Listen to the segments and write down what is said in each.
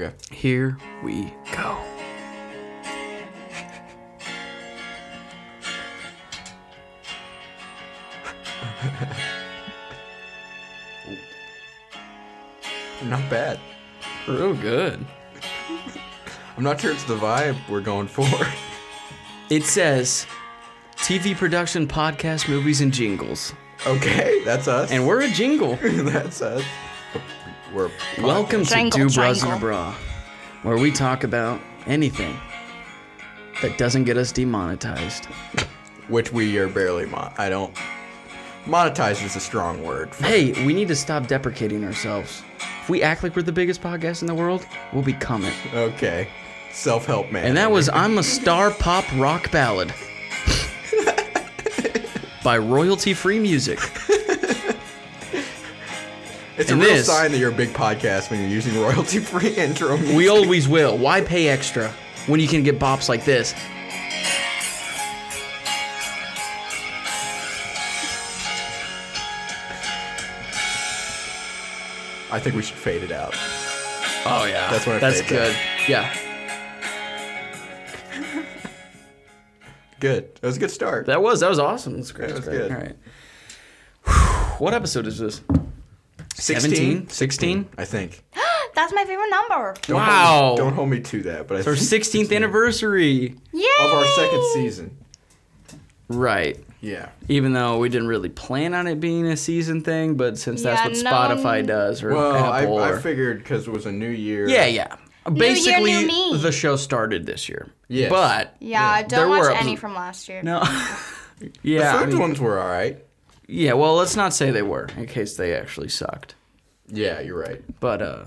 Okay. Here we go. Not bad. Real good. I'm not sure it's the vibe we're going for. It says TV production, podcast, movies, and jingles. okay, that's us. And we're a jingle. that's us. We're a Welcome to Jangle, Do Bras and a jangle. Bra, where we talk about anything that doesn't get us demonetized. podcast, which we are barely mon. I don't. Monetized is a strong word. For, Hey, we need to stop deprecating ourselves. If we act like we're the biggest podcast in the world, we'll become it. okay. Self help man. And that was I'm a Star Pop Rock Ballad by royalty free music. It's a and real this- sign that you're a big podcast when you're using royalty free intro music. We always will. Why pay extra when you can get bops like this? I think we should fade it out. Oh, yeah. That's what I That's paid good. that. Yeah. Good. That was a good start. That was. That was awesome. That's great. That was That's great. good. All right. What episode is this? 16? 16? I think. That's my favorite number. Don't Wow. Hold me, don't hold me to that, but I It's our 16th anniversary. Yay! of our second season. Right. Yeah. Even though we didn't really plan on it being a season thing, but since Yeah, that's what no Spotify one- does or Well, I, Apple I or- figured because it was a new year. Yeah, yeah. year, new Basically, me. the show started this year. Yes. But Yeah, I There don't watch were- any from last year. no. The yeah. I food mean- ones were all right. yeah. Well, let's not say they were in case they actually sucked. Yeah, you're right. But uh,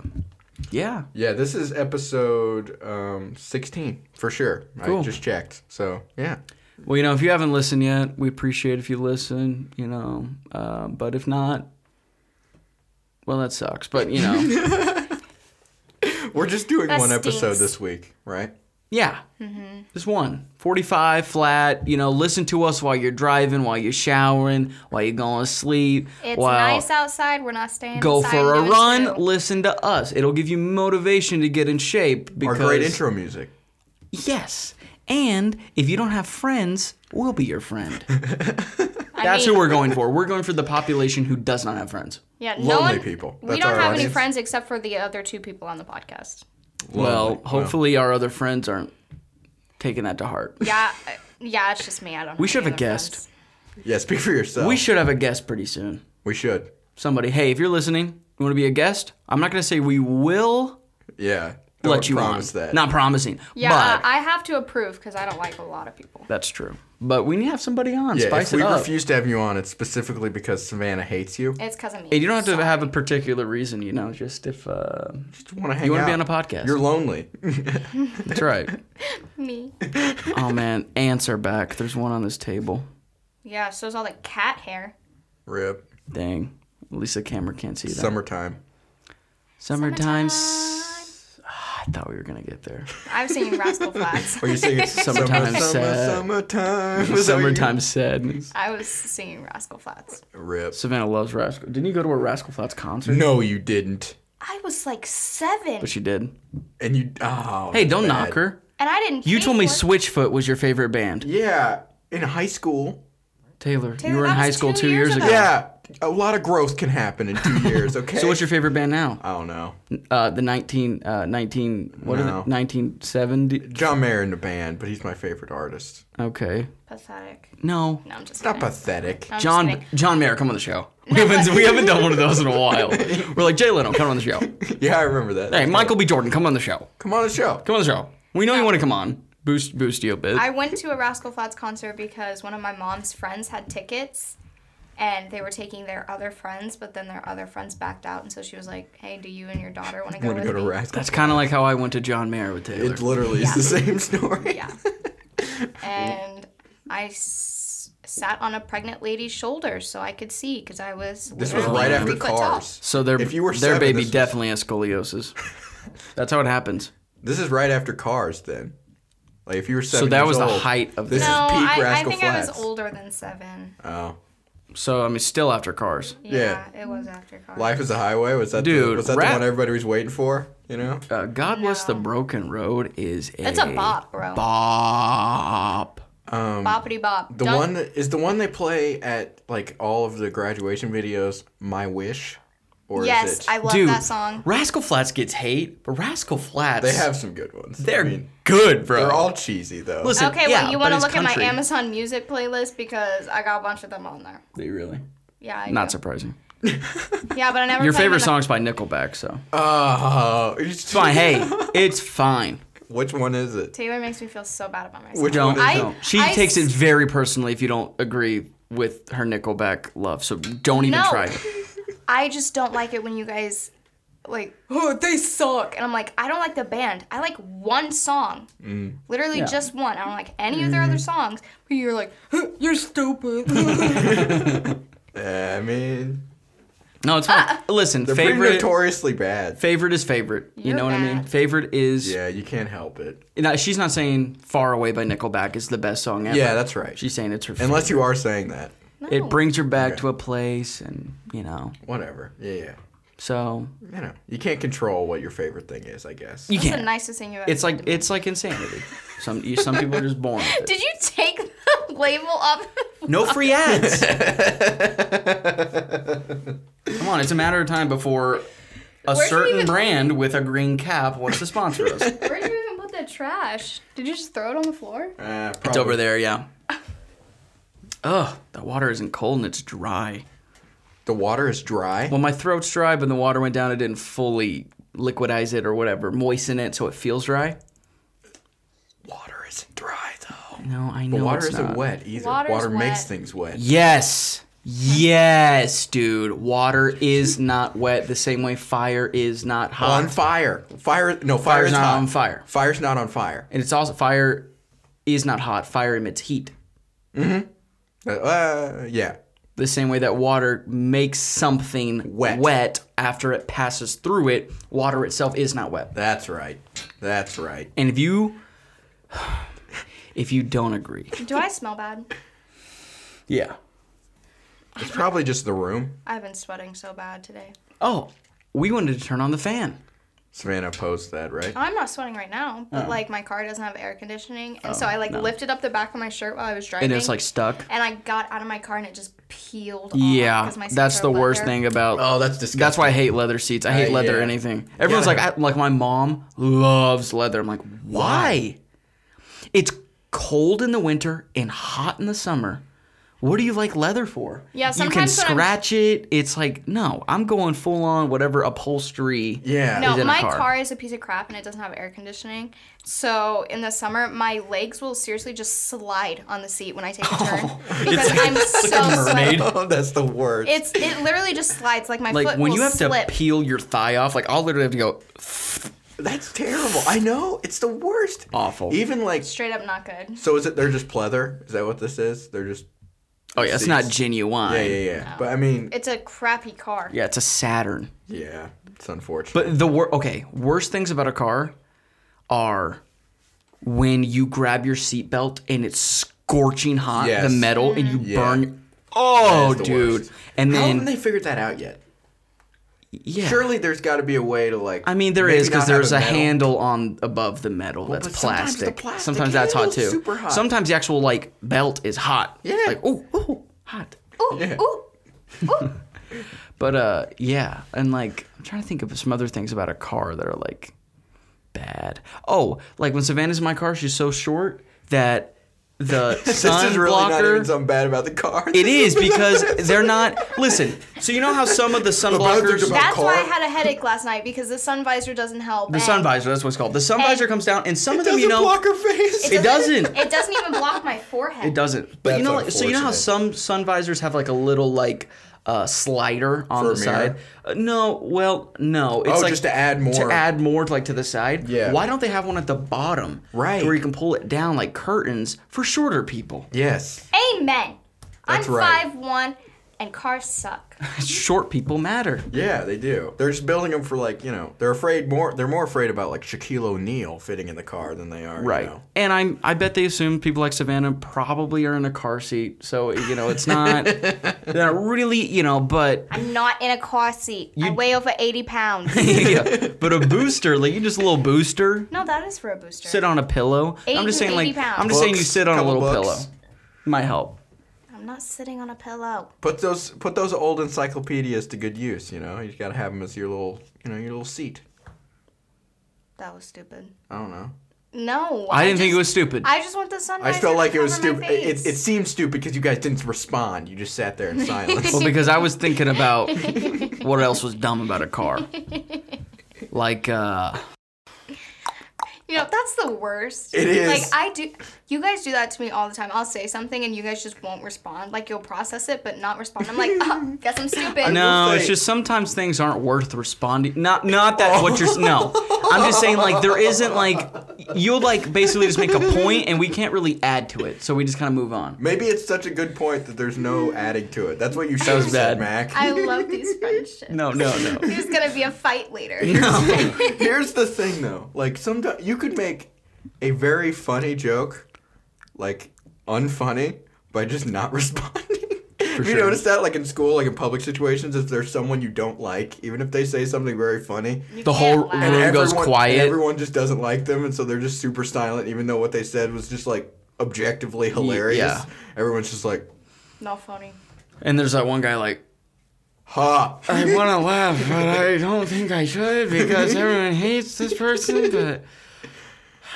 yeah. Yeah, this is episode um, 16 for sure. I Cool. just checked. So, yeah. Well, you know, if you haven't listened yet, we appreciate if you listen. You know, uh, but if not, well, that sucks. But you know, We're just doing That one episode stinks. this week, right? yeah. Mm-hmm. Just one. 45 flat. You know, listen to us while you're driving, while you're showering, while you're going to sleep. It's while nice outside. We're not staying. go inside for a doing run. shit. Listen to us. It'll give you motivation to get in shape. Because, Our great intro music. Yes. And if you don't have friends, we'll be your friend. That's mean- who we're going for. We're going for the population who does not have friends. Yeah, no Lonely one, people. We That's don't our have any audience. friends except for the other two people on the podcast. Well, Lovely. hopefully our other friends aren't taking that to heart. Yeah, uh, yeah, it's just me. I don't. We should any have a other guest. friends. Yeah, speak for yourself. We should have a guest pretty soon. We should. Somebody, hey, if you're listening, you want to be a guest? I'm not going to say we will Yeah. let Don't you promise on. that. Not promising. Yeah, but uh, I have to approve because I don't like a lot of people. that's true. But we need to have somebody on. yeah, Spice if we it up. refuse to have you on, it's specifically because Savannah hates you. It's because of me. And you don't have to Sorry. have a particular reason, you know, just if uh, Just want to hang you out. want to be on a podcast. You're lonely. That's right. me. oh man, ants are back. There's one on this table. Yeah, so is all the cat hair. Rip. Dang. At least the camera can't see that. Summertime. Summertime. s- Ah, I thought we were gonna get there. I've seen Rascal Flats. Are you singing Summertime summer, sad. Summertime. Is that what you- Summertime sadness. I was singing Rascal Flats. Rip. Savannah loves Rascal. Didn't you go to a Rascal Flats concert? No, you didn't. I was like seven, But she did. And you. Oh. Hey, don't bad. knock her. and I didn't. You pay told me for it. Switchfoot was your favorite band. Yeah, in high school. Taylor, Taylor, you were in that was high school two two years years ago. ago. Yeah, a lot of growth can happen in two years. Okay. So what's your favorite band now? I don't know. Uh, the 19, uh, 19, what No. are the, 1970? John Mayer in the band, but he's my favorite artist. Okay. Pathetic. No. No, I'm just. Not kidding. pathetic. I'm just John kidding. John Mayer, come on the show. We haven't we haven't done one of those in a while. We're like Jay Leno, come on the show. Yeah, I remember that. Hey, Michael B. Jordan, come on the show. Come on the show. Come on the show. We know you want to come on. Boost boost you a bit. I went to a Rascal Flats concert because one of my mom's friends had tickets and they were taking their other friends, but then their other friends backed out. And so she was like, hey, do you and your daughter want to go Want to with go to me? Rascal? That's kind of like how I went to John Mayer with Taylor. It literally is the same story. Yeah. and I s- sat on a pregnant lady's shoulder so I could see because I was. This was literally right three after foot tall. Cars. so their if you were their seven, baby this was- definitely has scoliosis. That's how it happens. This is right after Cars, then. Like if you were seven. So that years was the old, height of This the- No, is peak I, I Rascal think I Flats. was older than seven. Oh, So I mean, still after Cars. Yeah, it was after Cars. Life is a highway. Was that the, Dude, was that rap- the one everybody was waiting for? You know, Uh, God bless the No. broken road is a. That's a bop, bro. Bop. Boppity bop. the one that, is the one they play at like all of the graduation videos. My wish, or is Yes, it? I love Dude, that song. Rascal Flats gets hate, but Rascal Flats. they have some good ones. They're I mean, good, bro. they're all cheesy though. Listen, Okay, yeah, well, you but want to it's look at country. my Amazon Music playlist because I got a bunch of them on there. They really. Yeah, I Not do. surprising. Yeah, but I never. Your played them favorite in a- song's by Nickelback, so. Oh, It's fine. Hey, it's fine. Which one is it? Taylor makes me feel so bad about myself. Which one Don't. is I- it? don't. She I takes it s- very personally if you don't agree with her Nickelback love, so don't even No. try it. I just don't like it when you guys like oh they suck and I'm like I don't like the band I like one song literally Yeah. just one I don't like any of their other songs but you're like "Huh, you're stupid Eh, I mean, No, it's fine. Listen, they're pretty favorite notoriously bad. favorite is favorite. you You're know what I mean? bad. Favorite is Yeah, you can't help it. No, she's not saying "Far Away" by Nickelback is the best song ever. Yeah, that's right. She's saying it's her. favorite. Unless you are saying that, it brings her back Okay. to a place, and you know, whatever. Yeah, yeah. so You know, you can't control what your favorite thing is. I guess. you that's the can't. nicest thing you ever it's like it's like insanity. Some you, some people are just born. With it. did you take the label off No free ads. Come on, it's a matter of time before a Where'd you certain even- brand with a green cap wants to sponsor us. it's where did you even put the trash did you just throw it on the floor Uh, over there, yeah. Ugh, the water isn't cold and it's dry. The water is dry. Well, my throat's dry, but the water went down. It didn't fully liquidize it or whatever, moisten it so it feels dry. water isn't dry though. No, I know But water it's isn't not. wet either. Water's water makes wet. things wet. Yes, yes, dude. Water is not wet the same way fire is not hot. On fire. Fire. No, Fire's fire's not hot. on fire. Fire's not on fire. and it's also fire is not hot. Fire emits heat Uh, uh, yeah. the same way that water makes something Wet. wet after it passes through it. Water itself is not wet. That's right. That's right. And if you if you don't agree, do I smell bad yeah. It's probably just the room. I've been sweating so bad today Oh, we wanted to turn on the fan. Savannah posed that, right? I'm not sweating right now but like my car doesn't have air conditioning and so I like Uh-uh. Oh, no. lifted up the back of my shirt while I was driving and it's like stuck. and I got out of my car and it just peeled. Off Yeah, Oh, 'cause my seats that's are the wet worst there. thing about. Oh, that's disgusting. That's why I hate leather seats. I hate Uh, leather yeah. anything. Everyone's like, Yeah. I, like my mom loves leather. I'm like, why? It's cold in the winter and hot in the summer. What do you like leather for? Yeah, you can sometimes when I'm- scratch it. It's like, no, I'm going full on whatever upholstery. Yeah. is No, in a my car. car. is a piece of crap and it doesn't have air conditioning. So in the summer, my legs will seriously just slide on the seat when I take a turn Oh, because I'm so sweaty. Oh, that's the worst. It's it literally just slides like my Like foot when will you have slip. to peel your thigh off, like I'll literally have to go. That's terrible. I know. It's the worst. Awful. Even like Straight up, not good. so is it they're just pleather? Is that what this is? They're just Oh yeah, it's Seats. not genuine. Yeah, yeah, yeah. But I mean It's a crappy car. Yeah, it's a Saturn. yeah, it's unfortunate. But the wor- okay, worst things about a car are when you grab your seatbelt and it's scorching hot, Yes. Mm-hmm. the metal, and you Yeah. burn. That Oh, is the dude! worst. And how then haven't they figured that out yet? yeah, Surely there's got to be a way to like I mean there maybe is because not have there's a, metal- handle on above the metal that's but sometimes the plastic. plastic Sometimes that's hot too. handle's super hot. Sometimes the actual like belt is hot. Yeah. Like oh oh hot. Ooh, Yeah. ooh. But uh, yeah, and like I'm trying to think of some other things about a car that are like bad. Oh, like when Savannah's in my car, she's so short that the This sun is really blocker. not even something bad about the car. it is because they're not. Listen, so you know how some of the sun both are just blockers. about- That's why I car? had a headache last night because the sun visor doesn't help. The and sun visor, that's what it's called. The sun Hey. visor comes down, and some of them, doesn't you know, block her face. it doesn't. It doesn't even block my forehead. It doesn't. But That's you know, like, so you know how some sun visors have like a little like uh, slider on For a the mirror? side. Uh, no, well, no. It's Oh, like just to add more. To add more, like to the side. Yeah. Why don't they have one at the bottom? Right. Where you can pull it down like curtains for shorter people. Yes. Amen. That's I'm right. five one. and cars suck. Short people matter. Yeah, they do. They're just building them for like you know. They're afraid more. They're more afraid about like Shaquille O'Neal fitting in the car than they are. you Right. know. And I'm I bet they assume people like Savannah probably are in a car seat. So, you know, it's not they're not really, you know, but I'm not in a car seat. I weigh over 80 pounds. yeah, but a booster, like you just a little booster, no, that is for a booster. sit on a pillow. I'm just Eighty- saying like 80 pounds. I'm just saying you Books, sit on a couple little books. pillow. Might help. I'm not sitting on a pillow. Put those put those old encyclopedias to good use. You know, you got to have them as your little you know your little seat. That was stupid. I don't know. No. I didn't think it just- was stupid. I just want the sunrise. I just felt to like it was cover stupid. my It, it, face. it seemed stupid because you guys didn't respond. You just sat there in silence. well, because I was thinking about what else was dumb about a car. Like uh You know, that's the worst. It is. Like I do you guys do that to me all the time. I'll say something and you guys just won't respond. Like you'll process it but not respond. I'm like, oh, guess I'm stupid. No, say- it's just sometimes things aren't worth responding. Not not that what you're no. I'm just saying like there isn't like you'll like basically just make a point and we can't really add to it. So we just kind of move on. Maybe it's such a good point that there's no adding to it. That's what you should was have said, bad. Mac. I love these friendships. No, no, no. There's gonna be a fight later. Here's the thing, though. Like sometimes you could make a very funny joke, like unfunny, by just not responding. Have you sure. notice that, like in school, like in public situations, if there's someone you don't like, even if they say something very funny, You The can't whole laugh. room- goes quiet. everyone just doesn't like them, and so they're just super silent, even though what they said was just like objectively hilarious. yeah. Everyone's just like, Not funny. And there's that one guy like ha. I want to laugh, but I don't think I should because everyone hates this person. But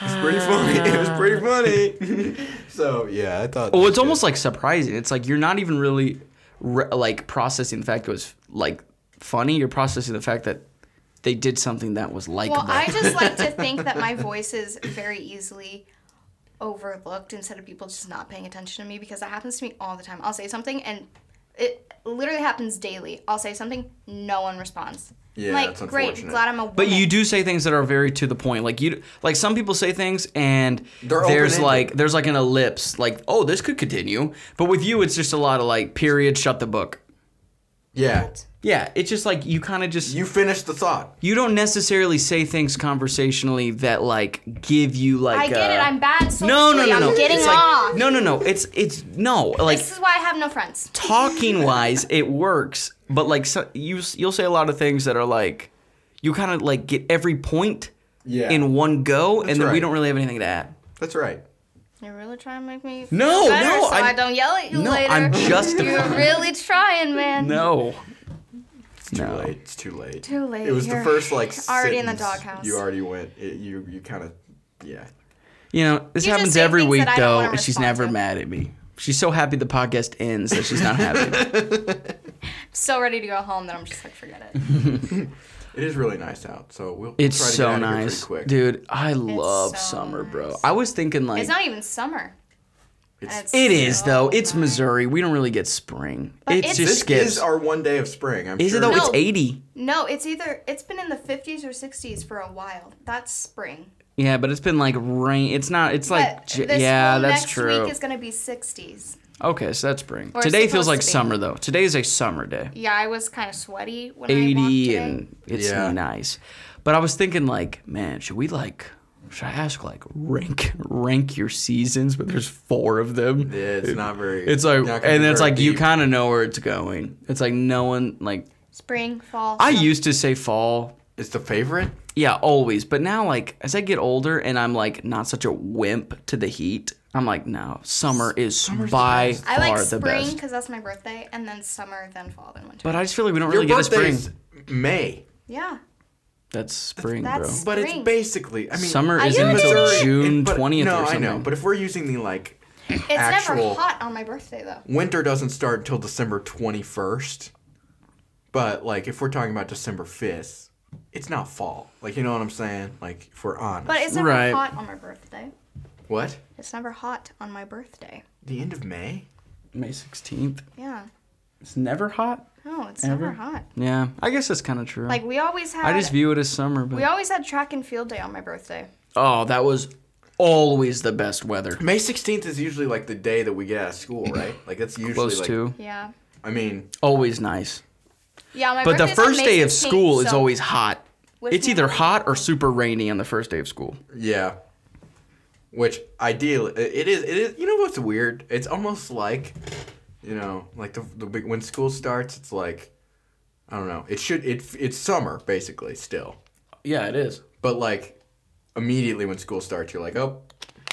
It's pretty funny. It was pretty funny. so yeah, I thought. Ah. well, that was it's almost like surprising. It's like you're not even really re- like processing the fact it was like funny. You're processing the fact that they did something that was likable. Well, I just like to think that my voice is very easily overlooked instead of people just not paying attention to me because that happens to me all the time. I'll say something and it literally happens daily. I'll say something, no one responds. I'm Yeah, like, that's great, unfortunate. glad I'm a woman. But you do say things that are very to the point. Like you, like some people say things, and They're there's open-ended. like there's like an ellipse. Like, oh, this could continue. But with you, it's just a lot of like period. Shut the book. yeah. Yeah, it's just like you kind of just you, You finished the thought. don't necessarily say things conversationally that like give you like. I get uh, it. I'm bad socially. No, no, no, no. I'm getting it's like, off. No, no, no. It's it's no like this is why I have no friends. talking wise, it works. But like so, you, you'll say a lot of things that are like, you kind of like get every point Yeah. in one go, and then we right. don't really have anything to add. That's right. You're really trying to make me No, feel better no, so I'm- I don't yell at you No, later. I'm justifying. You're really trying, man. No. It's too No. late. It's too late. Too late. It was You're the first like already in the sentence. doghouse. You already went. It, you you kind of yeah. You know, this You just happens say every things week that I don't though, wanna and she's respond never to. mad at me. She's so happy the podcast ends that she's not happy. So ready to go home that I'm just like, forget it. It is really nice out, so we'll. It's we'll try to so get out of here nice. pretty quick. Dude, I love so summer, bro. nice. I was thinking like It's not even summer. It's- And it is so though. It's nice. Missouri. We don't really get spring. But it's it's- just This skips. is our one day of spring. I'm is sure. it though? No. It's 80. No, it's either it's been in the 50s or 60s for a while. That's spring. Yeah, but it's been like rain. It's not. It's like But j- this yeah, whole that's next true. week is gonna be 60s. okay, so that's spring. Or it's Today feels supposed like to be. summer though. Today is a summer day. Yeah, I was kind of sweaty when I walked 80 today. and it's Yeah. nice. But I was thinking like, man, should we like should I ask like rank rank your seasons? But there's four of them. Yeah, it's not very. It's like not gonna and be it's very like you deep. kind of know where it's going. It's like no one like spring, fall. I summer. used to say fall. It's the favorite. Yeah, always. But now like as I get older and I'm like not such a wimp to the heat, I'm like no, summer is by I far like the spring best. because that's my birthday, and then summer, then fall, then winter. But I just feel like we don't Your really get a spring. birthday's May, yeah, That's spring, that's- bro. but it's Spring. basically. I mean, Summer Are is you not kidding until me? June it- but- twentieth No, or something. I know. But if we're using the like, it's actual- never hot on my birthday though. winter doesn't start until December twenty first. But like, if we're talking about December fifth, it's not fall. Like, you know what I'm saying? Like, if we're honest. But it's never Right. hot on my birthday. what? It's never hot on my birthday. The end of May? May sixteenth. Yeah, It's never hot. no, it's Ever? never hot. Yeah, I guess that's kind of true. Like we always had. I just view it as summer, we but always had track and field day on my birthday. oh, that was always the best weather. May 16th is usually like the day that we get out of school, right? Like that's usually Close like to. Yeah. I mean, Always nice. Yeah, my But the birthday's on first May day of 15th, school is so always hot. Wish It's me either luck. hot or super rainy on the first day of school. yeah. Which ideally, i- it is. It is. You know what's weird? It's almost like, you know, like the the big when school starts, it's like, I don't know. It should. It it's summer basically still, Yeah, it is. but like, immediately when school starts, you're like, oh.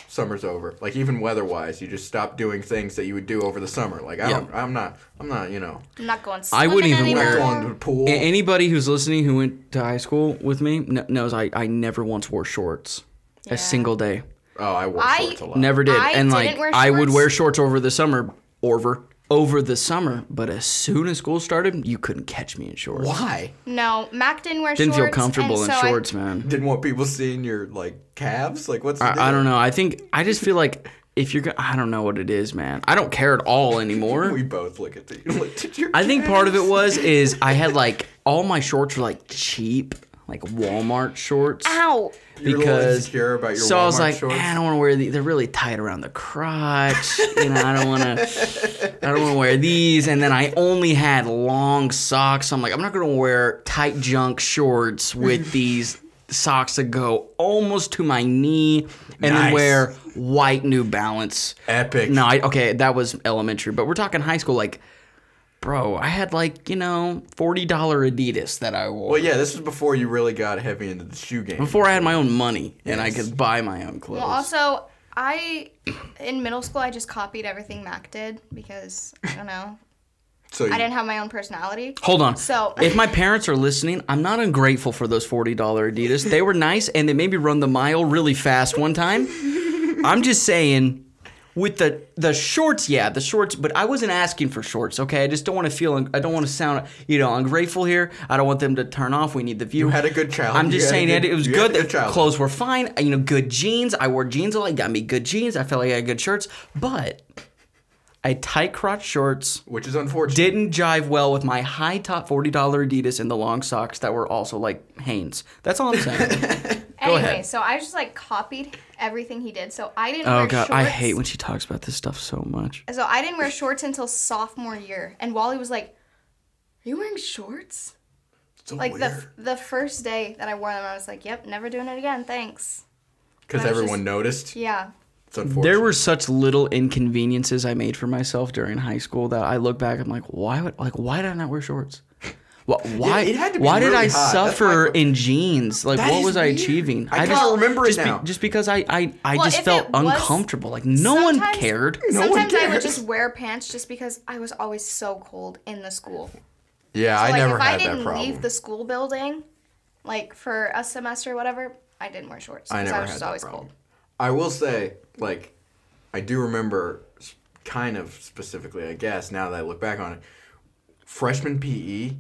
Summer's over. Like even weather-wise, you just stop doing things that you would do over the summer. Like I Yeah. don't, I'm not, I'm not, you know, I'm not going. I Swimming wouldn't even I'm wear- not anymore. going to the pool. A- anybody who's listening who went to high school with me kn- knows I, I never once wore shorts Yeah. a single day. oh, I wore I shorts a lot. Never did. I and didn't like wear I would shorts. wear shorts over the summer, over over the summer. But as soon as school started, you couldn't catch me in shorts. Why? No, Mac didn't wear Didn't shorts. feel and comfortable in so I- shorts, man. Didn't want people seeing your like calves. Like what's? The I, I deal? don't know. I think I just feel like if you're, go- I don't know what it is, man. I don't care at all anymore. We both look at the. Looked at your I think part of it calves. was is I had like all my shorts were like cheap, like Walmart shorts. Ow! You're a little insecure about your so I was Walmart like, shorts? "Eh, I don't want to wear these. They're really tight around the crotch. you know, I don't want to. I don't want to wear these. And then I only had long socks. I'm like, I'm not gonna wear tight junk shorts with these socks that go almost to my knee, Nice. and then wear white New Balance. Epic. No, I, okay, that was elementary, but we're talking high school. Like, bro, I had like you know forty dollar Adidas that I wore Well, yeah, this was before you really got heavy into the shoe game. before I had my own money and I Yes. could buy my own clothes. Well, also, I in middle school I just copied everything Mac did because I don't know so you, I didn't have my own personality. Hold on. So- if my parents are listening, I'm not ungrateful for those forty dollar Adidas. They were nice, and they made me run the mile really fast one time. I'm just saying, with the the shorts, yeah, the shorts. But I wasn't asking for shorts. Okay, I just don't want to feel. I don't want to sound, you know, ungrateful here. I don't want them to turn off. We need the view. You had a good childhood. I'm You just had a saying good- it, it was you had good. a that good childhood. clothes were fine. You know, good jeans. I wore jeans a lot. Got me good jeans. I felt like I had good shirts, but I had tight crotch shorts which is unfortunate. didn't jive well with my high top $40 Adidas and the long socks that were also like Hanes. That's all I'm saying. anyway, ahead. so I just like copied everything he did. So I didn't. oh wear god, shorts. I hate when she talks about this stuff so much. So I didn't wear shorts until sophomore year, and Wally was like, "Are you wearing shorts?" so Like weird. the the first day that I wore them, I was like, "Yep, never doing it again. Thanks." Because I was everyone just- noticed. Yeah. It's unfortunate. There were such little inconveniences I made for myself during high school that I look back I'm like, why would like why did I not wear shorts? Why why, it had to be why did really I hot. That's suffer my- in jeans? Like That what is was I weird. achieving? I just can't remember it just now. Just because I I, I Well, just if felt it was- uncomfortable. Like no one Sometimes- cared. one Sometimes I would cares. just wear pants just because I was always so cold in the school. Yeah, I like never if had I didn't that problem. leave the school building, like for a semester or whatever, I didn't wear shorts. I 'cause never was had just that always problem. cold. I will say, like, I do remember, s- kind of specifically, I guess, now that I look back on it, freshman PE.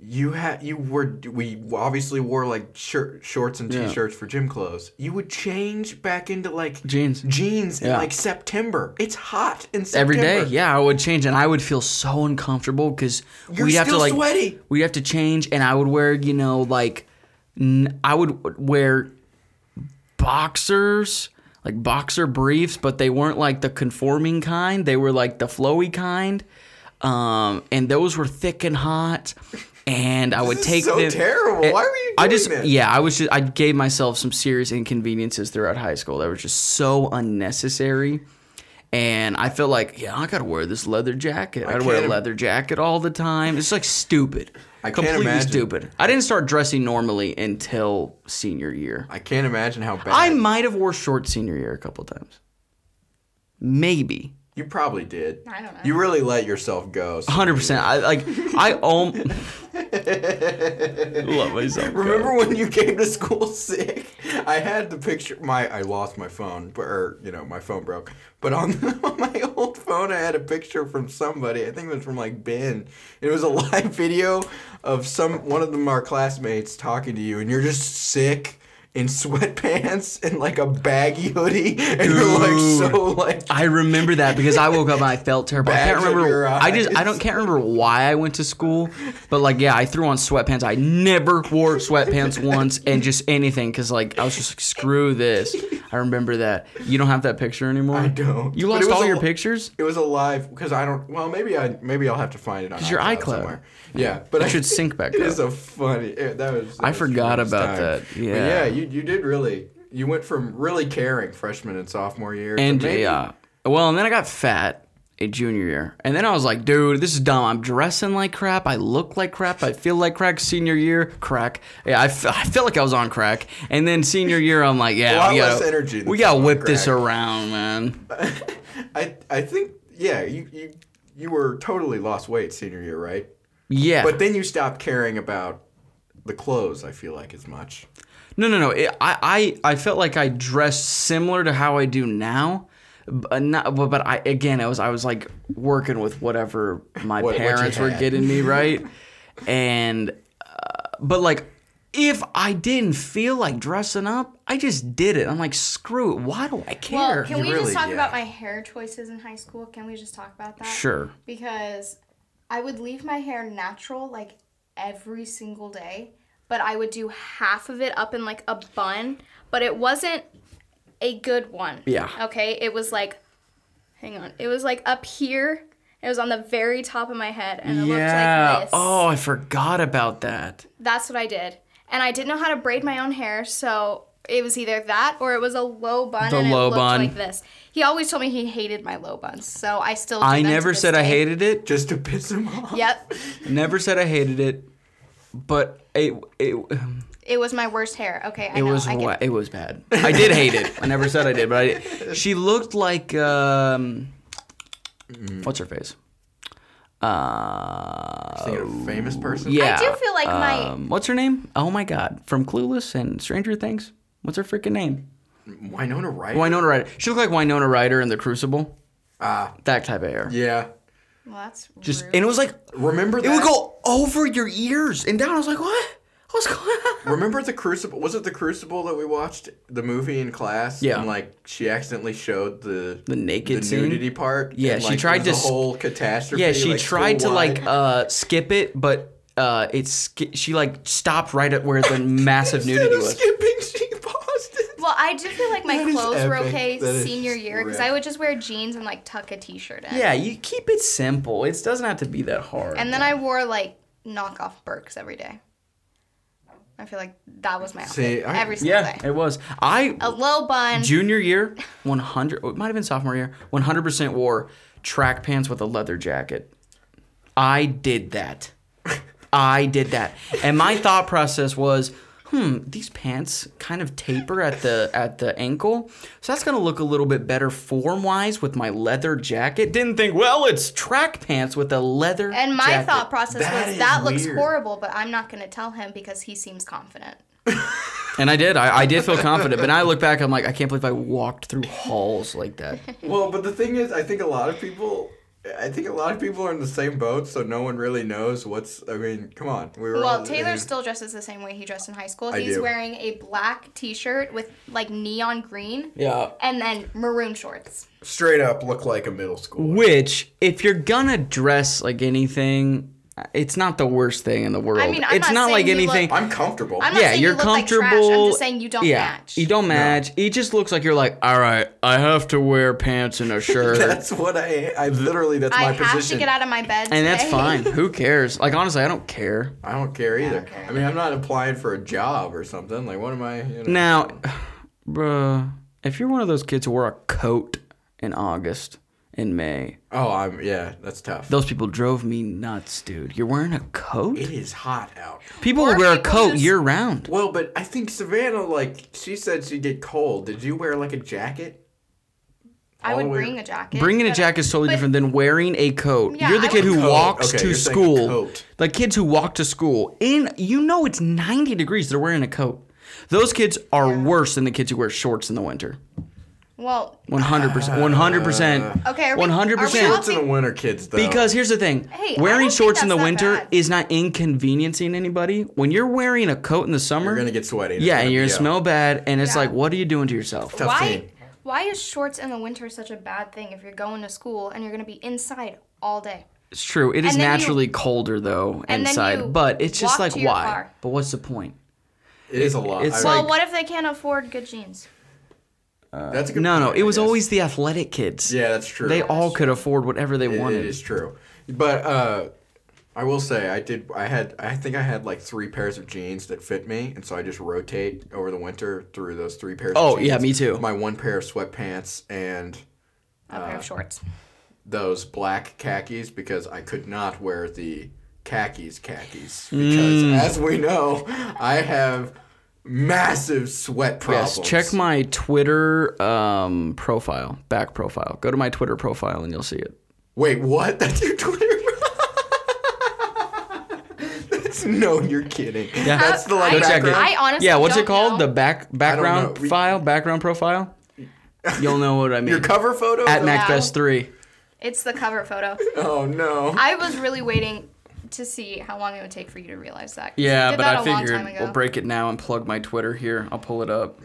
You had you were we obviously wore like shirt, shorts and Yeah. t-shirts for gym clothes. You would change back into like Jeans. jeans in Yeah. like September. It's hot in every September. day. Yeah, I would change, and I would feel so uncomfortable because You're we'd have to still like sweaty. we'd have to change, and I would wear you know like n- I would wear boxers like boxer briefs, but they weren't like the conforming kind. They were like the flowy kind, um, and those were thick and hot. And I would is take so them- terrible. Why were you I doing just this? yeah, I was just I gave myself some serious inconveniences throughout high school that were just so unnecessary. And I felt like, yeah, I gotta wear this leather jacket. I'd wear can't a im- leather jacket all the time. It's like stupid. I can't Completely imagine. stupid. I didn't start dressing normally until senior year. I can't imagine how bad I might have wore shorts senior year a couple times. Maybe. you probably did. I don't know. You really let yourself go. so- Hundred percent. I like I om love myself. Remember when you came to school sick? I had the picture. My I lost my phone, but or you know my phone broke. But on, on my old phone, I had a picture from somebody. I think it was from like Ben. It was a live video of some one of them our classmates talking to you, and you're just sick in sweatpants and like a baggy hoodie, and you're like so like I remember that because I woke up and I felt terrible. I can't Bags of remember. your I just I eyes. don't can't remember why I went to school, but like yeah, I threw on sweatpants. I never wore sweatpants once and just anything because like I was just like screw this. I remember that. You don't have that picture anymore. I don't. You But it lost was all a- your pictures. It was alive because I don't. Well, maybe I maybe I'll have to find it on your iCloud. somewhere. Yeah, but It I should sync back It up. is a funny. eh, that was. that I was forgot tremendous about time. that, But yeah. yeah, you you did really. You went from really caring freshman and sophomore year. to And maybe- yeah, well, and then I got fat a junior year, and then I was like, dude, this is dumb. I'm dressing like crap. I look like crap. I feel like crack. Senior year, crack. Yeah, I, f- I felt like I was on crack, and then senior year, I'm like, A yeah, lot we gotta, less energy than we gotta someone whip this crack. around, man. I I think yeah you you you were totally lost weight senior year right, Yeah, but then you stopped caring about the clothes. I feel like as much. No, no, no. It, I, I, I felt like I dressed similar to how I do now. But, not, but, but I again, I was I was like working with whatever my What- what you parents were had. getting me right, and uh, but like if I didn't feel like dressing up, I just did it. I'm like, screw it. Why do I care? Well, can You we really- just talk yeah. about my hair choices in high school? Can we just talk about that? sure. Because I would leave my hair natural like every single day, but I would do half of it up in like a bun, but it wasn't a good one. Yeah. Okay, it was like, hang on, it was like up here. It was on the very top of my head, and it Yeah. looked like this. oh, I forgot about that. That's what I did. And I didn't know how to braid my own hair, so it was either that or it was a low bun The and low it looked bun. like this. He always told me he hated my low buns, so I still do I them to never this said I day. hated it. Just to piss him off. Yep. Never said I hated it. But it it. It was my worst hair. Okay, I It know. was I get wa- it was bad. I did hate it. I never said I did, but I did. she looked like um, what's her face? Uh, Thinking of a famous person. yeah. I do feel like my um, what's her name? Oh my god, from Clueless and Stranger Things. What's her freaking name? Winona Ryder. Winona Ryder. She looked like Winona Ryder in The Crucible. Ah. That type of hair. yeah. well, that's Just rude. and it was like Remember it that? would go over your ears and down. I was like, what? What's going on? Remember the Crucible? Was it the Crucible that we watched the movie in class? Yeah. And like she accidentally showed the The naked the scene? nudity part. Yeah, and, she like, tried it was to a s- whole catastrophe. Yeah, she like, tried to school-wide. like uh skip it, but uh it's sk- she like stopped right at where the massive Instead nudity of was. skipping, she paused it. well, I do feel like my That is clothes were epic. okay That is senior year because I rip. would just wear jeans and like tuck a t-shirt in. Yeah, you keep it simple. It doesn't have to be that hard. And then I wore like knockoff Birks every day. I feel like that was my outfit See, I- every single yeah, day. it was. I A low bun. junior year, 100 oh, it might have been sophomore year, 100% wore track pants with a leather jacket. I did that. I did that. And my thought process was, hmm, these pants kind of taper at the at the ankle. So that's going to look a little bit better form-wise with my leather jacket. Didn't think, well, it's track pants with a leather And my jacket. thought process That was is that looks weird. horrible, but I'm not going to tell him because he seems confident. And I did. I, I did feel confident. But now I look back, I'm like, I can't believe I walked through halls like that. Well, but the thing is, I think a lot of people. I think a lot of people are in the same boat, so no one really knows what's. I mean, come on. We were Well, all- Taylor uh, still dresses the same way he dressed in high school. I He's do. wearing a black t-shirt with like neon green Yeah. and then maroon shorts. straight up looked like a middle school. Which, if you're gonna dress like anything, it's not the worst thing in the world. mean, I'm it's not not, saying like you anything. look- I'm comfortable. I'm not yeah, saying you're you look comfortable. like trash. I'm just saying you don't yeah, match. You don't match. It just looks like you're like, all right, I have to wear pants and a shirt. that's what I. I literally. That's I my have position. to get out of my bed. and that's today. fine. Who cares? Like honestly, I don't care. I don't care either. okay. I mean, I'm not applying for a job or something. Like, what am I? You know, Now, bruh, if you're one of those kids who wore a coat in August and May, oh, I'm. Yeah, that's tough. those people drove me nuts, dude. You're wearing a coat. it is hot out. People Or would wear a people coat just- year round. Well, but I think Savannah, like, she said she'd get cold. Did you wear like a jacket? I All would the way- bring a jacket. Bringing a but- jacket is totally but- different than wearing a coat. Yeah, you're the I kid would- who Coat. walks Okay, to you're saying school. coat. The kids who walk to school in you know it's 90 degrees. They're wearing a coat. Those kids are worse than the kids who wear shorts in the winter. Well, One hundred percent. One hundred percent. Uh, okay. Are we- One hundred are we all percent. Shorts in the winter, kids. Though. Because here's the thing: Hey, I don't wearing think shorts in the that's that winter bad. is not inconveniencing anybody. When you're wearing a coat in the summer, you're gonna get sweaty. and it's yeah, gonna and you're be gonna out. smell bad, and it's Yeah. like, what are you doing to yourself? Tough why? scene. Why is shorts in the winter such a bad thing if you're going to school and you're going to be inside all day? It's true. It is And then you- naturally colder though And then inside, you but it's just walk like to your why? car. But what's the point? It is a lot. It's I- Well, Like- what if they can't afford good jeans? that's a good No, no. point, It I was guess. always the athletic kids. Yeah, that's true. They all could afford whatever they It- it wanted. is true. But uh, I will say I did. I had. I think I had like three pairs of jeans that fit me, and so I just rotate over the winter through those three pairs. Oh, of jeans. yeah, me too. My one pair of sweatpants and A Uh. pair of shorts. those black khakis because I could not wear the khakis khakis because Mm. as we know, I have massive sweat problems. Yes, check my Twitter um, profile, back profile. Go to my Twitter profile and you'll see it. Wait, what? That's your Twitter. That's no, you're kidding. That's the like I- Check it. background. I honestly yeah. What's it don't called? know. The back background know. We- file, background profile. You'll know what I mean. Your cover photo. At though? MacFest three. It's the cover photo. Oh no. I was really waiting to see how long it would take for you to realize that. 'cause Yeah, you did but that I a long figured time ago. we'll break it now and plug my Twitter here. I'll pull it up.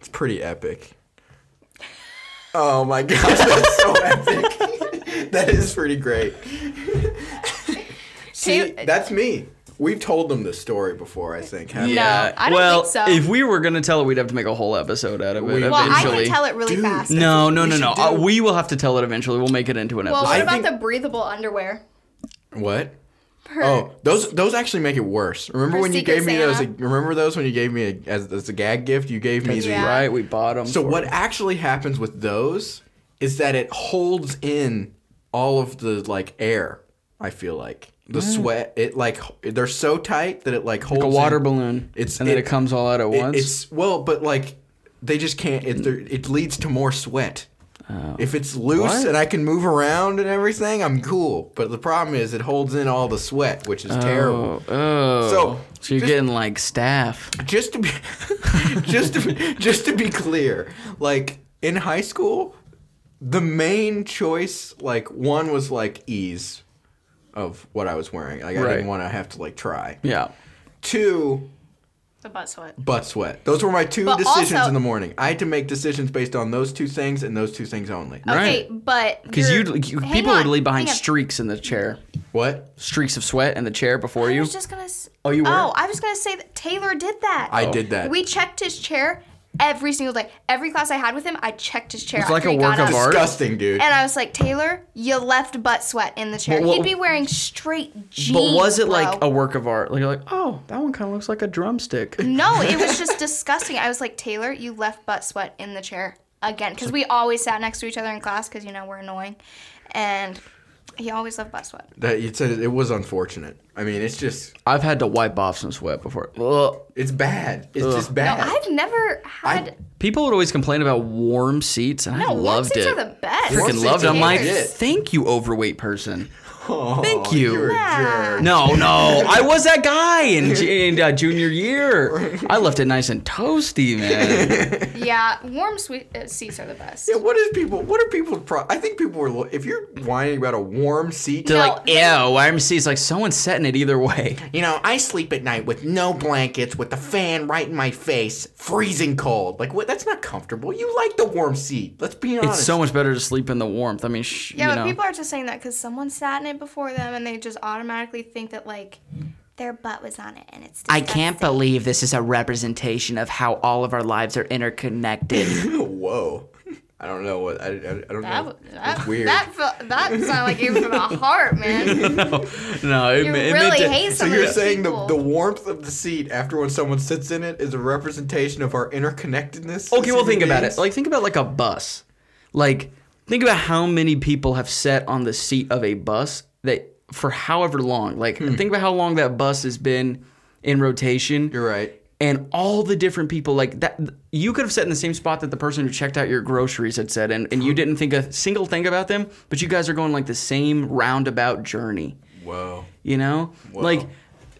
It's pretty epic. Oh my gosh, that's so epic. that is pretty great. See, Hey, that's me. We've told them the story before, I think. haven't we? yeah. I don't well, think so. if we were gonna tell it, we'd have to make a whole episode out of it. We- Well, eventually. well, I Eventually. can tell it really Dude, fast. No, no, we no, should no. do. Uh, we will have to tell it eventually. We'll make it into an Well, episode. what I about think- the breathable underwear? What? Per- Oh, those those actually make it worse. Remember For when you Secret gave me those? Santa? Remember those when you gave me a, as, as a gag gift? You gave me the. Yeah. Right, we bought them. So what actually happens with those is that it holds in all of the like air. I feel like the sweat. It like they're so tight that it like holds a water in- balloon. It's- and then it, it- comes all out at It- once. It's well, but like they just can't. It they're- it leads to more sweat. If it's loose Oh. What? and I can move around and everything, I'm cool. But the problem is, it holds in all the sweat, which is terrible. Oh, oh. So, so you're just- getting like staff. Just to be, just to be, just to be clear, like in high school, the main choice, like one was like ease of what I was wearing. Like I Right. didn't want to have to like try. Yeah. Two, the butt sweat. butt sweat. Those were my two But decisions also- in the morning. I had to make decisions based on those two things and those two things only. Okay, but Because you're- you you- hang people on, would leave behind hang on. streaks in the chair, What? streaks of sweat in the chair before I you. was just gonna. s- Oh, you were? Oh, I was gonna say that Taylor did that. I oh. did that. We checked his chair every single day. Every class I had with him, I checked his chair. It's like after a he got work of up. art. Disgusting, dude. And I was like, Taylor, you left butt sweat in the chair. But what- He'd be wearing straight jeans. but was it like bro. a work of art? Like you're like, oh, that one kind of looks like a drumstick. No, it was just disgusting. I was like, Taylor, you left butt sweat in the chair again. Because we always sat next to each other in class because, you know, we're annoying. And he always left butt sweat. That you said it was unfortunate. I mean, it's just I've had to wipe off some sweat before. Ugh. it's bad. It's just No, bad. I've never had. People would always complain about warm seats, and I no, warm loved seats it. are the best. Warm Freaking seats loved it. are I'm like, legit. thank you, overweight person. Oh, Thank you. You're a Yeah. jerk. No, no, I was that guy in, in uh, junior year. I left it nice and toasty, man. Yeah, warm sweet, uh, seats are the best. Yeah, what is people? What are people? Pro- I think people were. lo- If you're whining about a warm seat, They're No, like, ew, RMC's like, someone's setting it either way. you know, I sleep at night with no blankets, with the fan right in my face, freezing cold. Like what? That's not comfortable. You like the warm seat. Let's be honest. It's so much better to sleep in the warmth. I mean, sh- Oh, Yeah, you but know. people are just saying that because someone sat in it before them and they just automatically think that, like, their butt was on it and it's I disgusting. can't believe this is a representation of how all of our lives are interconnected. Whoa. I don't know what. I, I, I don't That, know. w- that, it's weird. That, felt, that sounded like it was from the heart, no, man. it, You ma- it meant really to- hate So some of you're these saying the, people. the warmth of the seat after when someone sits in it is a representation of our interconnectedness? as Okay, well, human think about beings? it. Like, think about like a bus. Like, think about how many people have sat on the seat of a bus that for however long. Like, Hmm. think about how long that bus has been in rotation. you're right. And all the different people, like that, you could have sat in the same spot that the person who checked out your groceries had said, and, and you didn't think a single thing about them, but you guys are going like the same roundabout journey Whoa. you know Wow. like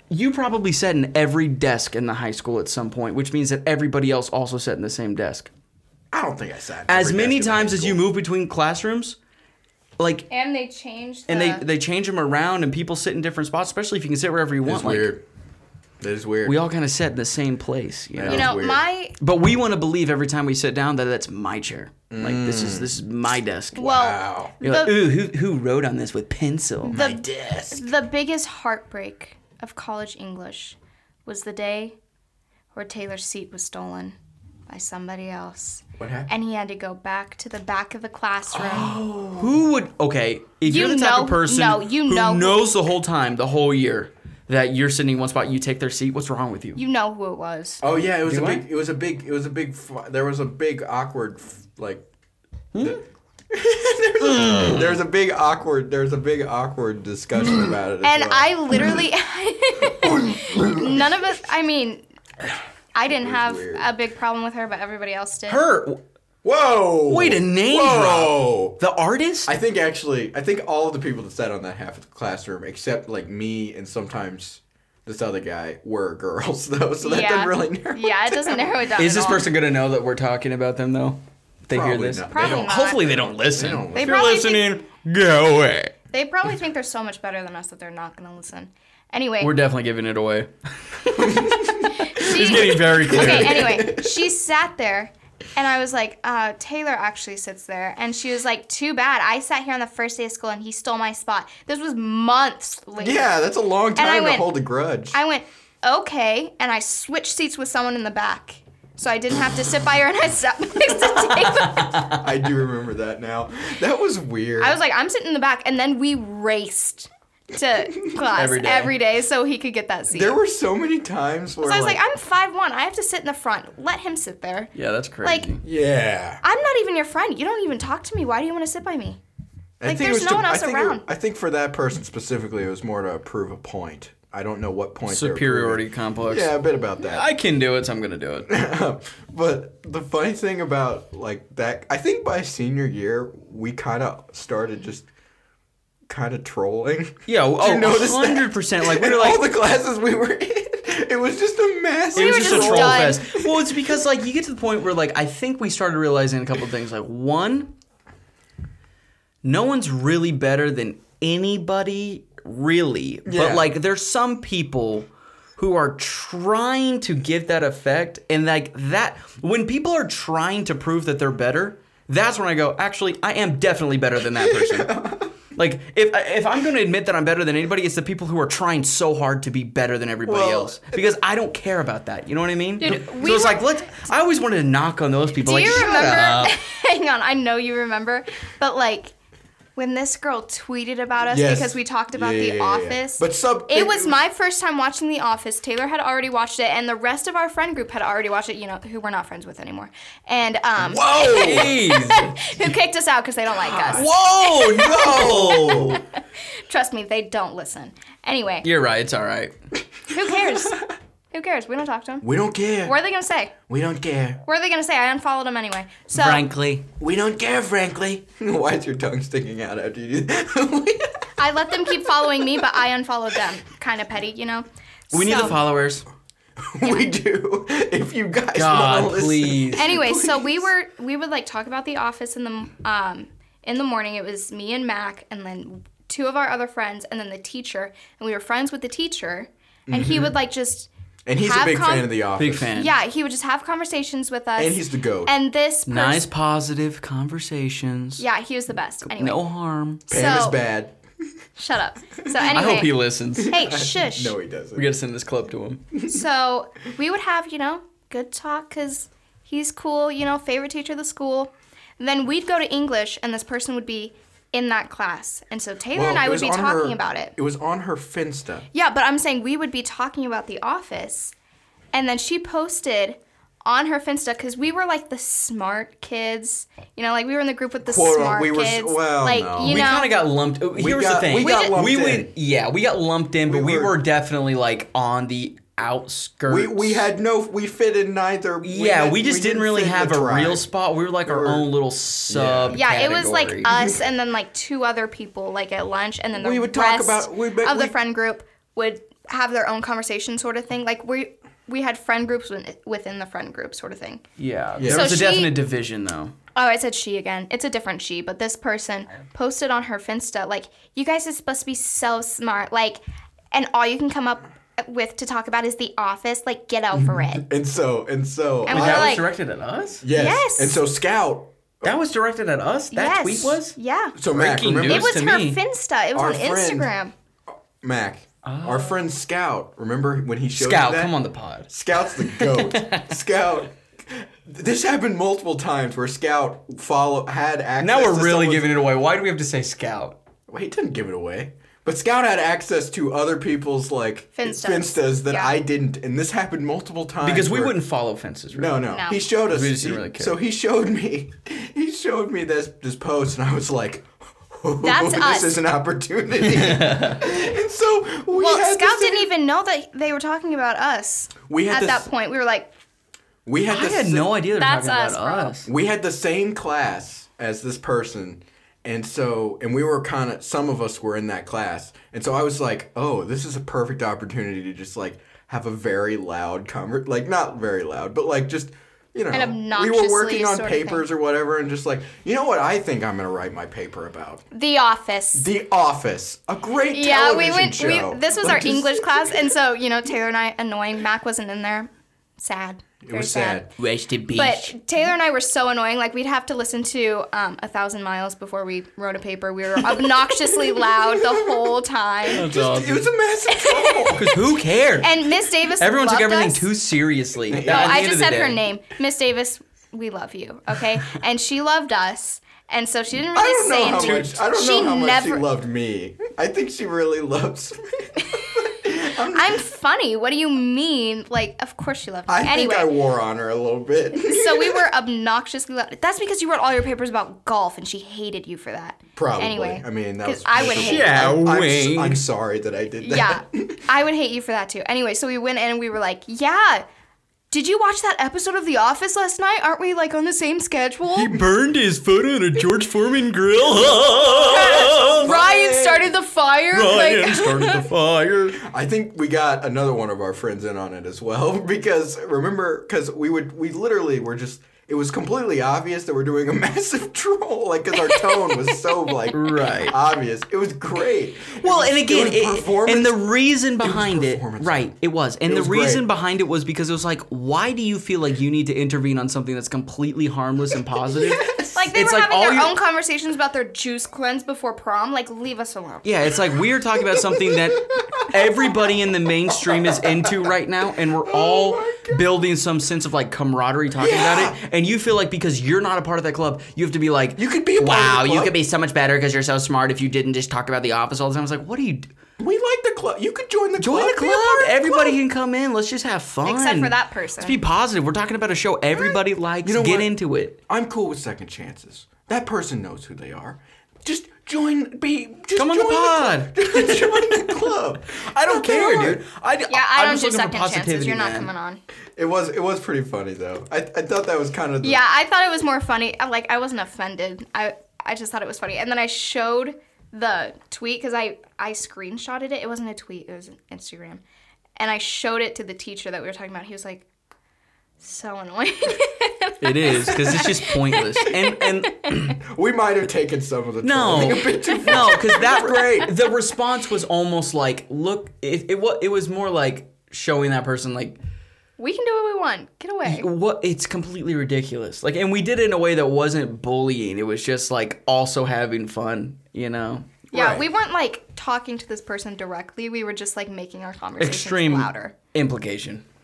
you probably sat in every desk in the high school at some point which means that everybody else also sat in the same desk I don't think I sat As every many desk in high times as you school. move between classrooms, like And they changed. The, and they they change them around and people sit in different spots, especially if you can sit wherever you It's want. Like weird. That is weird. we all kind of sit in the same place, you know. you That know was weird. my But we want to believe every time we sit down that that's my chair. Like this is this is my desk. well Wow. You're like, "Oh the- ooh, who who wrote on this with pencil? the desk. The biggest heartbreak of college English was the day where Taylor's seat was stolen by somebody else. What happened? And he had to go back to the back of the classroom. Who would okay? If Mm-hmm. You you are the type know- of person no, you who know- knows the whole time, the whole year that you're sitting in one spot, you take their seat. What's wrong with you? You know who it was. Oh yeah, it was Do a I? big. It was a big. It was a big. f- There was a big awkward f- like. Hmm? the- there, was a, there was a big awkward. There was a big awkward discussion about it. as Hmm. And well. I literally, none of us, I mean, I didn't have weird. a big problem with her, but everybody else did. Her Whoa! Way to name Whoa! the artist. I think actually, I think all of the people that sat on that half of the classroom, except like me and sometimes this other guy, were girls though. So that doesn't really narrow. Yeah, it doesn't narrow it down. Is at this all. person gonna know that we're talking about them though? If They hear Probably this. not. They Probably don't- not. Hopefully they don't listen. They don't They if listen. you're probably listening, go away. They probably think they're so much better than us that they're not going to listen. Anyway, We're definitely giving it away. she- It's getting very clear. Okay, anyway, she sat there and I was like, uh, Taylor actually sits there. And she was like, too bad. I sat here on the first day of school and he stole my spot. This was months later. Yeah, that's a long I time to went- hold a grudge. I went, okay. And I switched seats with someone in the back. So I didn't have to sit by her and I sat next to Taylor. I do remember that now. That was weird. I was like, I'm sitting in the back. And then we raced to class Every day. every day so he could get that seat. there were so many times where so I was like, like, I'm 5'1. I have to sit in the front. Let him sit there. Yeah, that's crazy. Like- yeah. I'm not even your friend. You don't even talk to me. Why do you want to sit by me? I Like, think it there's was no to- one else I think around. It, I think for that person specifically, it was more to prove a point. I don't know what point. they were Superiority complex. proving. Yeah, a bit about that. I can do it, so I'm gonna do it. but the funny thing about like that, I think by senior year we kind of started just kind of trolling. Yeah, Did you oh, notice that? 100%, like, we were In like- all the classes we were in. It was just a mess. It was were just, just a troll done. fest. Well, it's because like you get to the point where like I think we started realizing a couple things. Like one, no one's really better than anybody, really. Yeah. But like there's some people who are trying to give that effect, and like that when people are trying to prove that they're better, that's when I go, actually, I am definitely better than that person. Like if if I'm going to admit that I'm better than anybody, it's the people who are trying so hard to be better than everybody Well, else because I don't care about that. You know what I mean? Dude, so we it's were- like let's. I always wanted to knock on those people. Do like, you "Shut remember? up." Hang on, I know you remember, but like when this girl tweeted about us Yes. because we talked about Yeah, yeah, The yeah, yeah. Office. But sub- it, it- was my first time watching The Office. Taylor had already watched it, and the rest of our friend group had already watched it. You know, who we're not friends with anymore, and um, Whoa! Jeez. who kicked us out because they don't like us. Whoa! No. Trust me, they don't listen. Anyway, You're right. It's all right. who cares? who cares? We don't talk to them. we don't care. What are they gonna say? we don't care. What are they gonna say? I unfollowed them anyway. So Frankly, We don't care, frankly. Why is your tongue sticking out after you do that? I let them keep following me, but I unfollowed them. Kind of petty, you know. we need So- the followers. we do. If you guys God, want to please. anyway, so we were we would like talk about the office in the um in the morning. It was me and Mac, and then two of our other friends, and then the teacher. And we were friends with the teacher, and he Mm-hmm. would like just And he's a Have big con- fan of The Office. Big fan. yeah, he would just have conversations with us. And he's the goat. and this pers- Nice, positive conversations. Yeah, he was the best. Anyway, No harm. Pam so- is bad. shut up. So I anyway, hope he listens. hey, shush. No, he doesn't. We gotta send this clip to him. So we would have, you know, good talk because he's cool, you know, favorite teacher of the school. And then we'd go to English, and this person would be in that class. And so Taylor and Well, I it would was be on her- talking about it. It was on her Finsta. Yeah, but I'm saying we would be talking about The Office. And then she posted on her Finsta because we were like the smart kids. You know, like we were in the group with the Quote, smart we were s- kids. well, like, no. you we know, kind of got lumped. uh, Here's got- the thing: we got did- lumped in. went, yeah, we got lumped in, but we were- were, definitely like on the outskirts. We we had no. We fit in neither. yeah, had- we just didn't, really fit in have the a tribe. real spot. We were like our were- own little sub. yeah, it was like category. us and then like two other people like at lunch, and then the We would talk rest about- we- but of the we- friend group would have their own conversation sort of thing. Like we we had friend groups within- within the friend group sort of thing. Yeah. Yeah. There So was a she- definite division though. Oh, I said she again. It's a different she, but this person posted on her Finsta like, "You guys are supposed to be so smart, like, and all you can come up with to talk about is the office. Like, get over it." And so and so And I- we're That like- was directed at us? yes. Yes. And so Scout. That was directed at us? That yes. tweet was? Yeah. So Mac, Breaking remember it news. was to her me, Finsta. It was our on friend- Instagram. Mac, our friend Scout. Remember when he showed Scout, you that? come on the pod. Scout's the goat. Scout. This happened multiple times where Scout follow had access. Now we're to really someone's- giving it away. Why do we have to say scout? Well, he didn't give it away. But Scout had access to other people's like Finstas. finstas that Yeah. I didn't, and this happened multiple times. Because we where- wouldn't follow fences, right? No, no. No. He showed us. We just didn't he- really care. So he showed me. He showed me this this post, and I was like, oh, That's "This us. is an opportunity." and so we Well, had the Scout same- didn't even know that they were talking about us. We had at the that s- point. We were like, We had I the had sa- no idea they were That's talking about us, bro. us. we had the same class as this person and so and we were kind of some of us were in that class and so i was like oh this is a perfect opportunity to just like have a very loud conver like not very loud but like just you know we were obnoxiously working on sort of thing. papers or whatever and just like you know what i think i'm going to write my paper about The Office. the office a great yeah, we television went. show. We, this was Like, our just- English class, and so you know, Taylor and I annoying. Mac wasn't in there. Sad. it was sad Rest in peace. But Taylor and I were so annoying. Like we'd have to listen to um, a thousand miles before we wrote a paper. We were obnoxiously loud the whole time. That's Just- it was a massive trouble Because who cared? And Miss Davis. Everyone took loved everything us. too seriously. No, I just said her name, Miss Davis. We love you, okay? and she loved us, and so she didn't I really don't know say how anything. much. I don't she know how never. much she loved me. I think she really loves me. I'm- i I'm funny. What do you mean? Like, of course she loved me. anyway, think I wore on her a little bit. so we were obnoxiously loud. That's because you wrote all your papers about golf, and she hated you for that. Probably. Anyway, I mean, that 'cause was. I would miserable. hate Yeah, I'm- I'm, s- wing. I'm sorry that I did that. yeah, I would hate you for that too. Anyway, so we went in and we were like, "Yeah, did you watch that episode of The Office last night? Aren't we like on the same schedule?" burned his foot on a George Foreman grill. Ryan started the fire. like, started the fire. I think we got another one of our friends in on it as well because remember, because we would we literally were just. It was completely obvious that we're doing a massive troll, like because our tone was so like Right. obvious. It was great. Well, and again, was it- performance- and the reason behind it, performance right? It was, and was the reason great. behind it was because it was like, why do you feel like you need to intervene on something that's completely harmless and positive? like they It's were like having all their your- own conversations about their juice cleanse before prom. Like, leave us alone. Yeah, it's like we're talking about something that everybody in the mainstream is into right now, and Oh we're all building some sense of like camaraderie talking about Yeah. it. And you feel like because you're not a part of that club, you have to be like, You could be a part of wow, the you club." could be so much better because you're so smart if you didn't just talk about the office all the time. I was like, what do you do? we like the club. You could join the Join club. the be a club. part of the Everybody club. can come in. Let's just have fun. Except for that person. Let's be positive. We're talking about a show everybody likes. You know Get what? into it. I'm cool with second chances. That person knows who they are. Just join. Be just Come on the join pod. The club. join the club. I don't They care, are. dude. I, d- Yeah, I I'm don't just do looking for second chances. positivity, You're not man. coming on. It was it was pretty funny though. I, I thought that was kind of the, Yeah, I thought it was more funny. I- Like I wasn't offended. I I just thought it was funny. And then I showed the tweet because I I screenshotted it. It wasn't a tweet. It was an Instagram. And I showed it to the teacher that we were talking about. He was like, "So annoying." It is because it's just pointless. And and We might have taken some of the No. trolling a bit too far. No, because that Great. The response was almost like, look, it, it was it was more like showing that person like we can do what we want. Get away. what it's completely ridiculous. Like, and we did it in a way that wasn't bullying. It was just like also having fun, you know. Yeah, Right. we weren't like talking to this person directly. We were just like making our conversations Extreme louder. implication.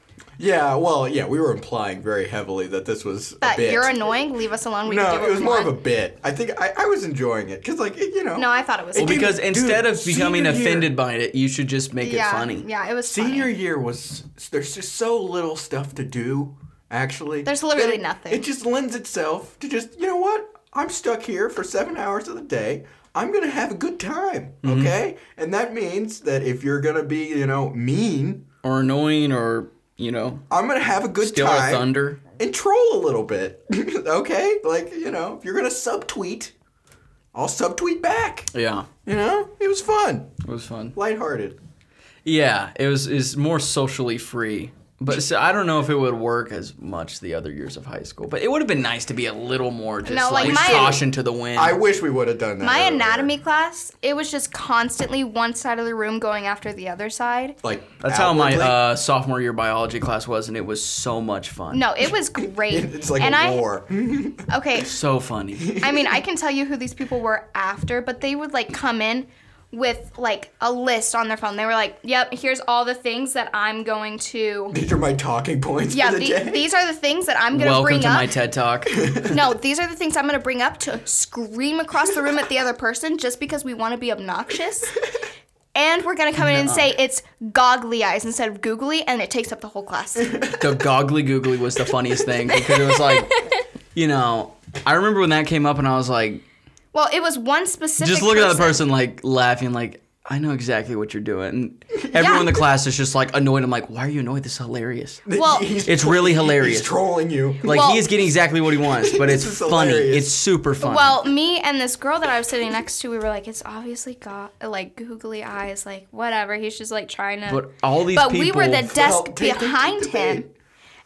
Yeah, well, yeah, we were implying very heavily that this was a That bit. you're annoying. Leave us alone. We can do no, what it was we more want. of a bit. I think I, I was enjoying it because, like, it, you know. No, I thought it was. Well, funny. Dude, Because instead dude, of becoming senior year- offended by it, you should just make yeah, it funny. Yeah, it was. senior funny. year was there's just so little stuff to do actually There's literally that it- nothing. it just lends itself to just you know what i'm stuck here for seven hours of the day i'm gonna have a good time Mm-hmm. okay and that means that if you're gonna be you know mean Or annoying, or you know, i'm gonna have a good still time a thunder. and troll a little bit okay like you know if you're gonna subtweet i'll subtweet back Yeah, you know it was fun it was fun. lighthearted Yeah, it was is more socially free But so I don't know if it would work as much the other years of high school. But it would have been nice to be a little more just No, like, like, my- caution to the wind. I wish we would have done that. My earlier. anatomy class, it was just constantly one side of the room going after the other side. Like That's how my outwardly, uh, sophomore year biology class was, and it was so much fun. No, it was great. It's like and a I Mm-hmm. war. okay, so funny. I mean, I can tell you who these people were after, but they would like come in with like a list on their phone. They were like, "Yep, here's all the things that I'm going to." These are my talking points Yeah, for the the- day. these are the things that I'm gonna Welcome bring to up. my TED Talk. no, these are the things I'm gonna bring up to scream across the room at the other person just because we want to be obnoxious. And we're gonna come in and say it's goggly eyes instead of googly, and it takes up the whole class. the goggly googly was the funniest thing because it was like, you know, I remember when that came up, and I was like, well, it was one specific. just looking at the person person. like laughing, like I know exactly what you're doing. And everyone in the class is just like annoyed. I'm like, why are you annoyed? This is hilarious. Well, It's really hilarious. He's trolling you. Like Well- he is getting exactly what he wants, but it's This is funny. hilarious. It's super funny. Well, me and this girl that I was sitting next to, we were like, it's obviously got like googly eyes, like whatever. He's just like trying to. But all these But we were the people- desk Well, take them to behind him, debate.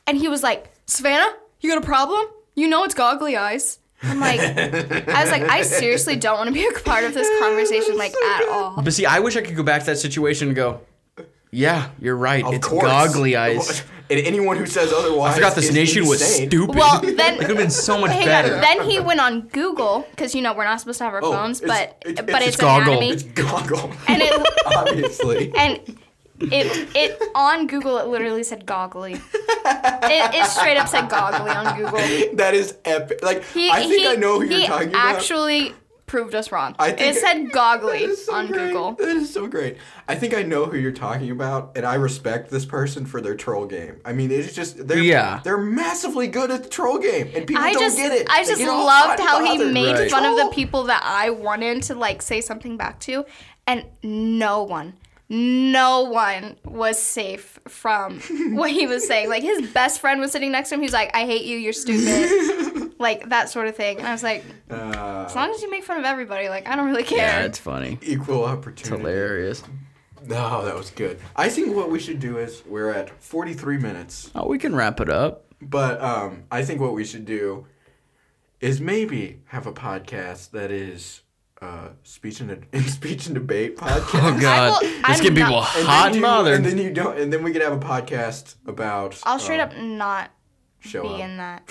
and he was like, Savannah, you got a problem? You know it's goggly eyes. I'm like, I was like, I seriously don't want to be a part of this conversation like at all. but see, I wish I could go back to that situation and go, yeah, you're right. of it's course. goggly eyes. And anyone who says otherwise, I forgot this is nation was insane. stupid. Well, then. it could have been so much Hang better. on. Then he went on Google because you know we're not supposed to have our Oh, phones, it's- but it's- Oh, but it's it's, goggle. anatomy, It's goggle. and it obviously. and it it on Google it literally said goggly. It, it straight up said goggly on Google. that is epic. Like I think I know who he you're talking about. actually proved us wrong. I think it said goggly That is so on great. Google. That is so great. I think I know who you're talking about, and I respect this person for their troll game. I mean, it's just they're Yeah. they're massively good at the troll game, and people I don't just get it. I They just get all loved hot how he bothered. made Right. fun of Troll. the people that I wanted to like say something back to and no one no one was safe from what he was saying. Like his best friend was sitting next to him. He's like, "I hate you. You're stupid." like that sort of thing. And I was like, As Uh, long as you make fun of everybody, like I don't really care. yeah, it's funny. equal opportunity. Hilarious. No, that was good. I think what we should do is we're at 43 minutes, Oh, we can wrap it up. but um, I think what we should do is maybe have a podcast that is uh, speech and, and speech and debate podcast. Oh God, will- let's I'm get people not- And hot then you- mother. And then you don't. And then we could have a podcast about. I'll straight um, up not show be up. in that.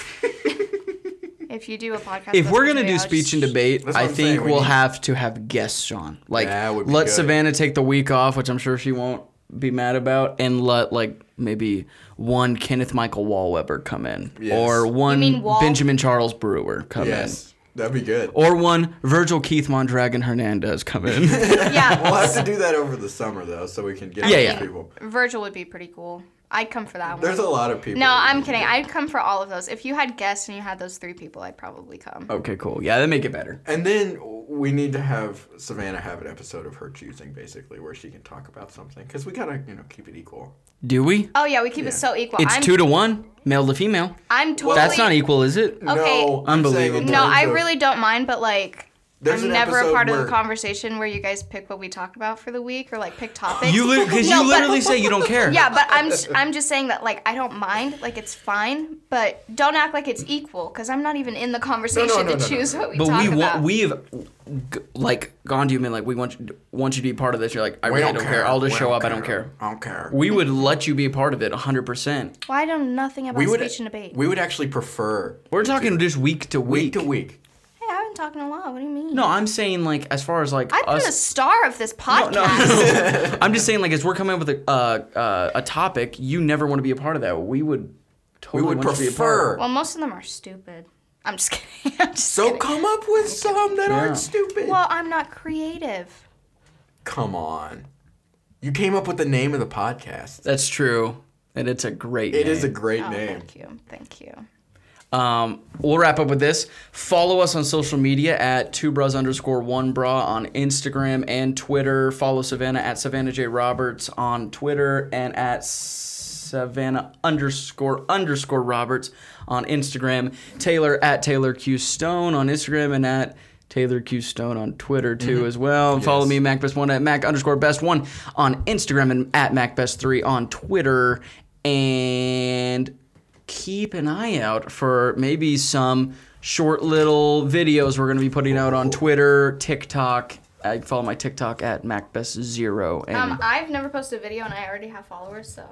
if you do a podcast, if about we're gonna speech do speech and and debate, debate, That's what I I'm think saying, we we'll need- have to have guests on. Like, That would be let good. Savannah take the week off, which I'm sure she won't be mad about, and let like maybe one Kenneth Michael Wallweber come in, Yes. or one mean Wall? Benjamin Charles Brewer come Yes, that'd be good. in, or one Virgil Keith Mondragon Hernandez come in. I just- yeah, We'll have to do that over the summer though, so we can get Yeah, all yeah. these people. Virgil would be pretty cool. I'd come for that one. There's a lot of people. no, that I'm we can kidding. get. I'd come for all of those. If you had guests and you had those three people, I'd probably come. okay, cool. Yeah, that make it better. And then we need to have Savannah have an episode of her choosing, basically, where she can talk about something, because we gotta, you know, keep it equal. Do we? Oh yeah, we keep Yeah. it so equal. It's I'm, two to one, male to female. I'm totally. That's not equal, is it? Okay. No, I'm saying in Unbelievable. No, terms I of- really don't mind, but like. There's I'm an never a episode part of where- the conversation where you guys pick what we talk about for the week or like pick topics. You literally, because No, you but- literally say you don't care. Yeah, but I'm just, I'm just saying that like I don't mind, like it's fine, but don't act like it's equal because I'm not even in the conversation No, no, no, to no, choose no. what we But talk we about. want we've g- like gone to you and been like we want you, want you to be part of this. You're like I We really don't care. I'll just We show up. I don't care. I don't care. We would let you be a part of it 100. percent Why don't nothing about we would speech and debate? we would actually prefer. We're talking just week to week week. to week. hey, I've been talking a lot. What do you mean? No, I'm saying like as far as like I've been the us. star of this No, podcast. no. I'm just saying like as we're coming up with a uh, uh, a topic, you never want to be a part of that. We would We totally would want you to be a part. prefer. Well, most of them are stupid. I'm just kidding. I'm just So kidding. come up with some that Yeah. aren't stupid. well, I'm not creative. Come on. You came up with the name of the podcast. That's true, and it's a great. It is a name. great Oh, name. thank you, thank you. Um, we'll wrap up with this. Follow us on social media at two bros underscore one bra on Instagram and Twitter. Follow Savannah at Savannah J Roberts on Twitter and at Savannah underscore underscore Roberts on Instagram. Taylor at Taylor Q Stone on Instagram and at Taylor Q Stone on Twitter too as well. And Follow me MacBest One at Mac underscore Best One on Instagram and at MacBest Three on Twitter and keep an eye out for maybe some short little videos we're going to be putting out on Twitter, TikTok. I follow my TikTok at MacBest0. And Um, I've never posted a video and I already have followers, so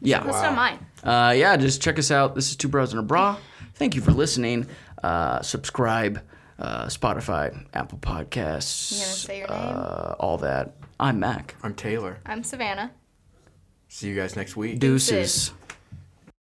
yeah. post it on mine. Uh, yeah, just check us out. This is Two Bros and a Bra. Thank you for listening. Uh, subscribe, uh, Spotify, Apple Podcasts. You gonna say your Uh, all that. I'm Mac. I'm Taylor. I'm Savannah. See you guys next week. Deuces. Deuces.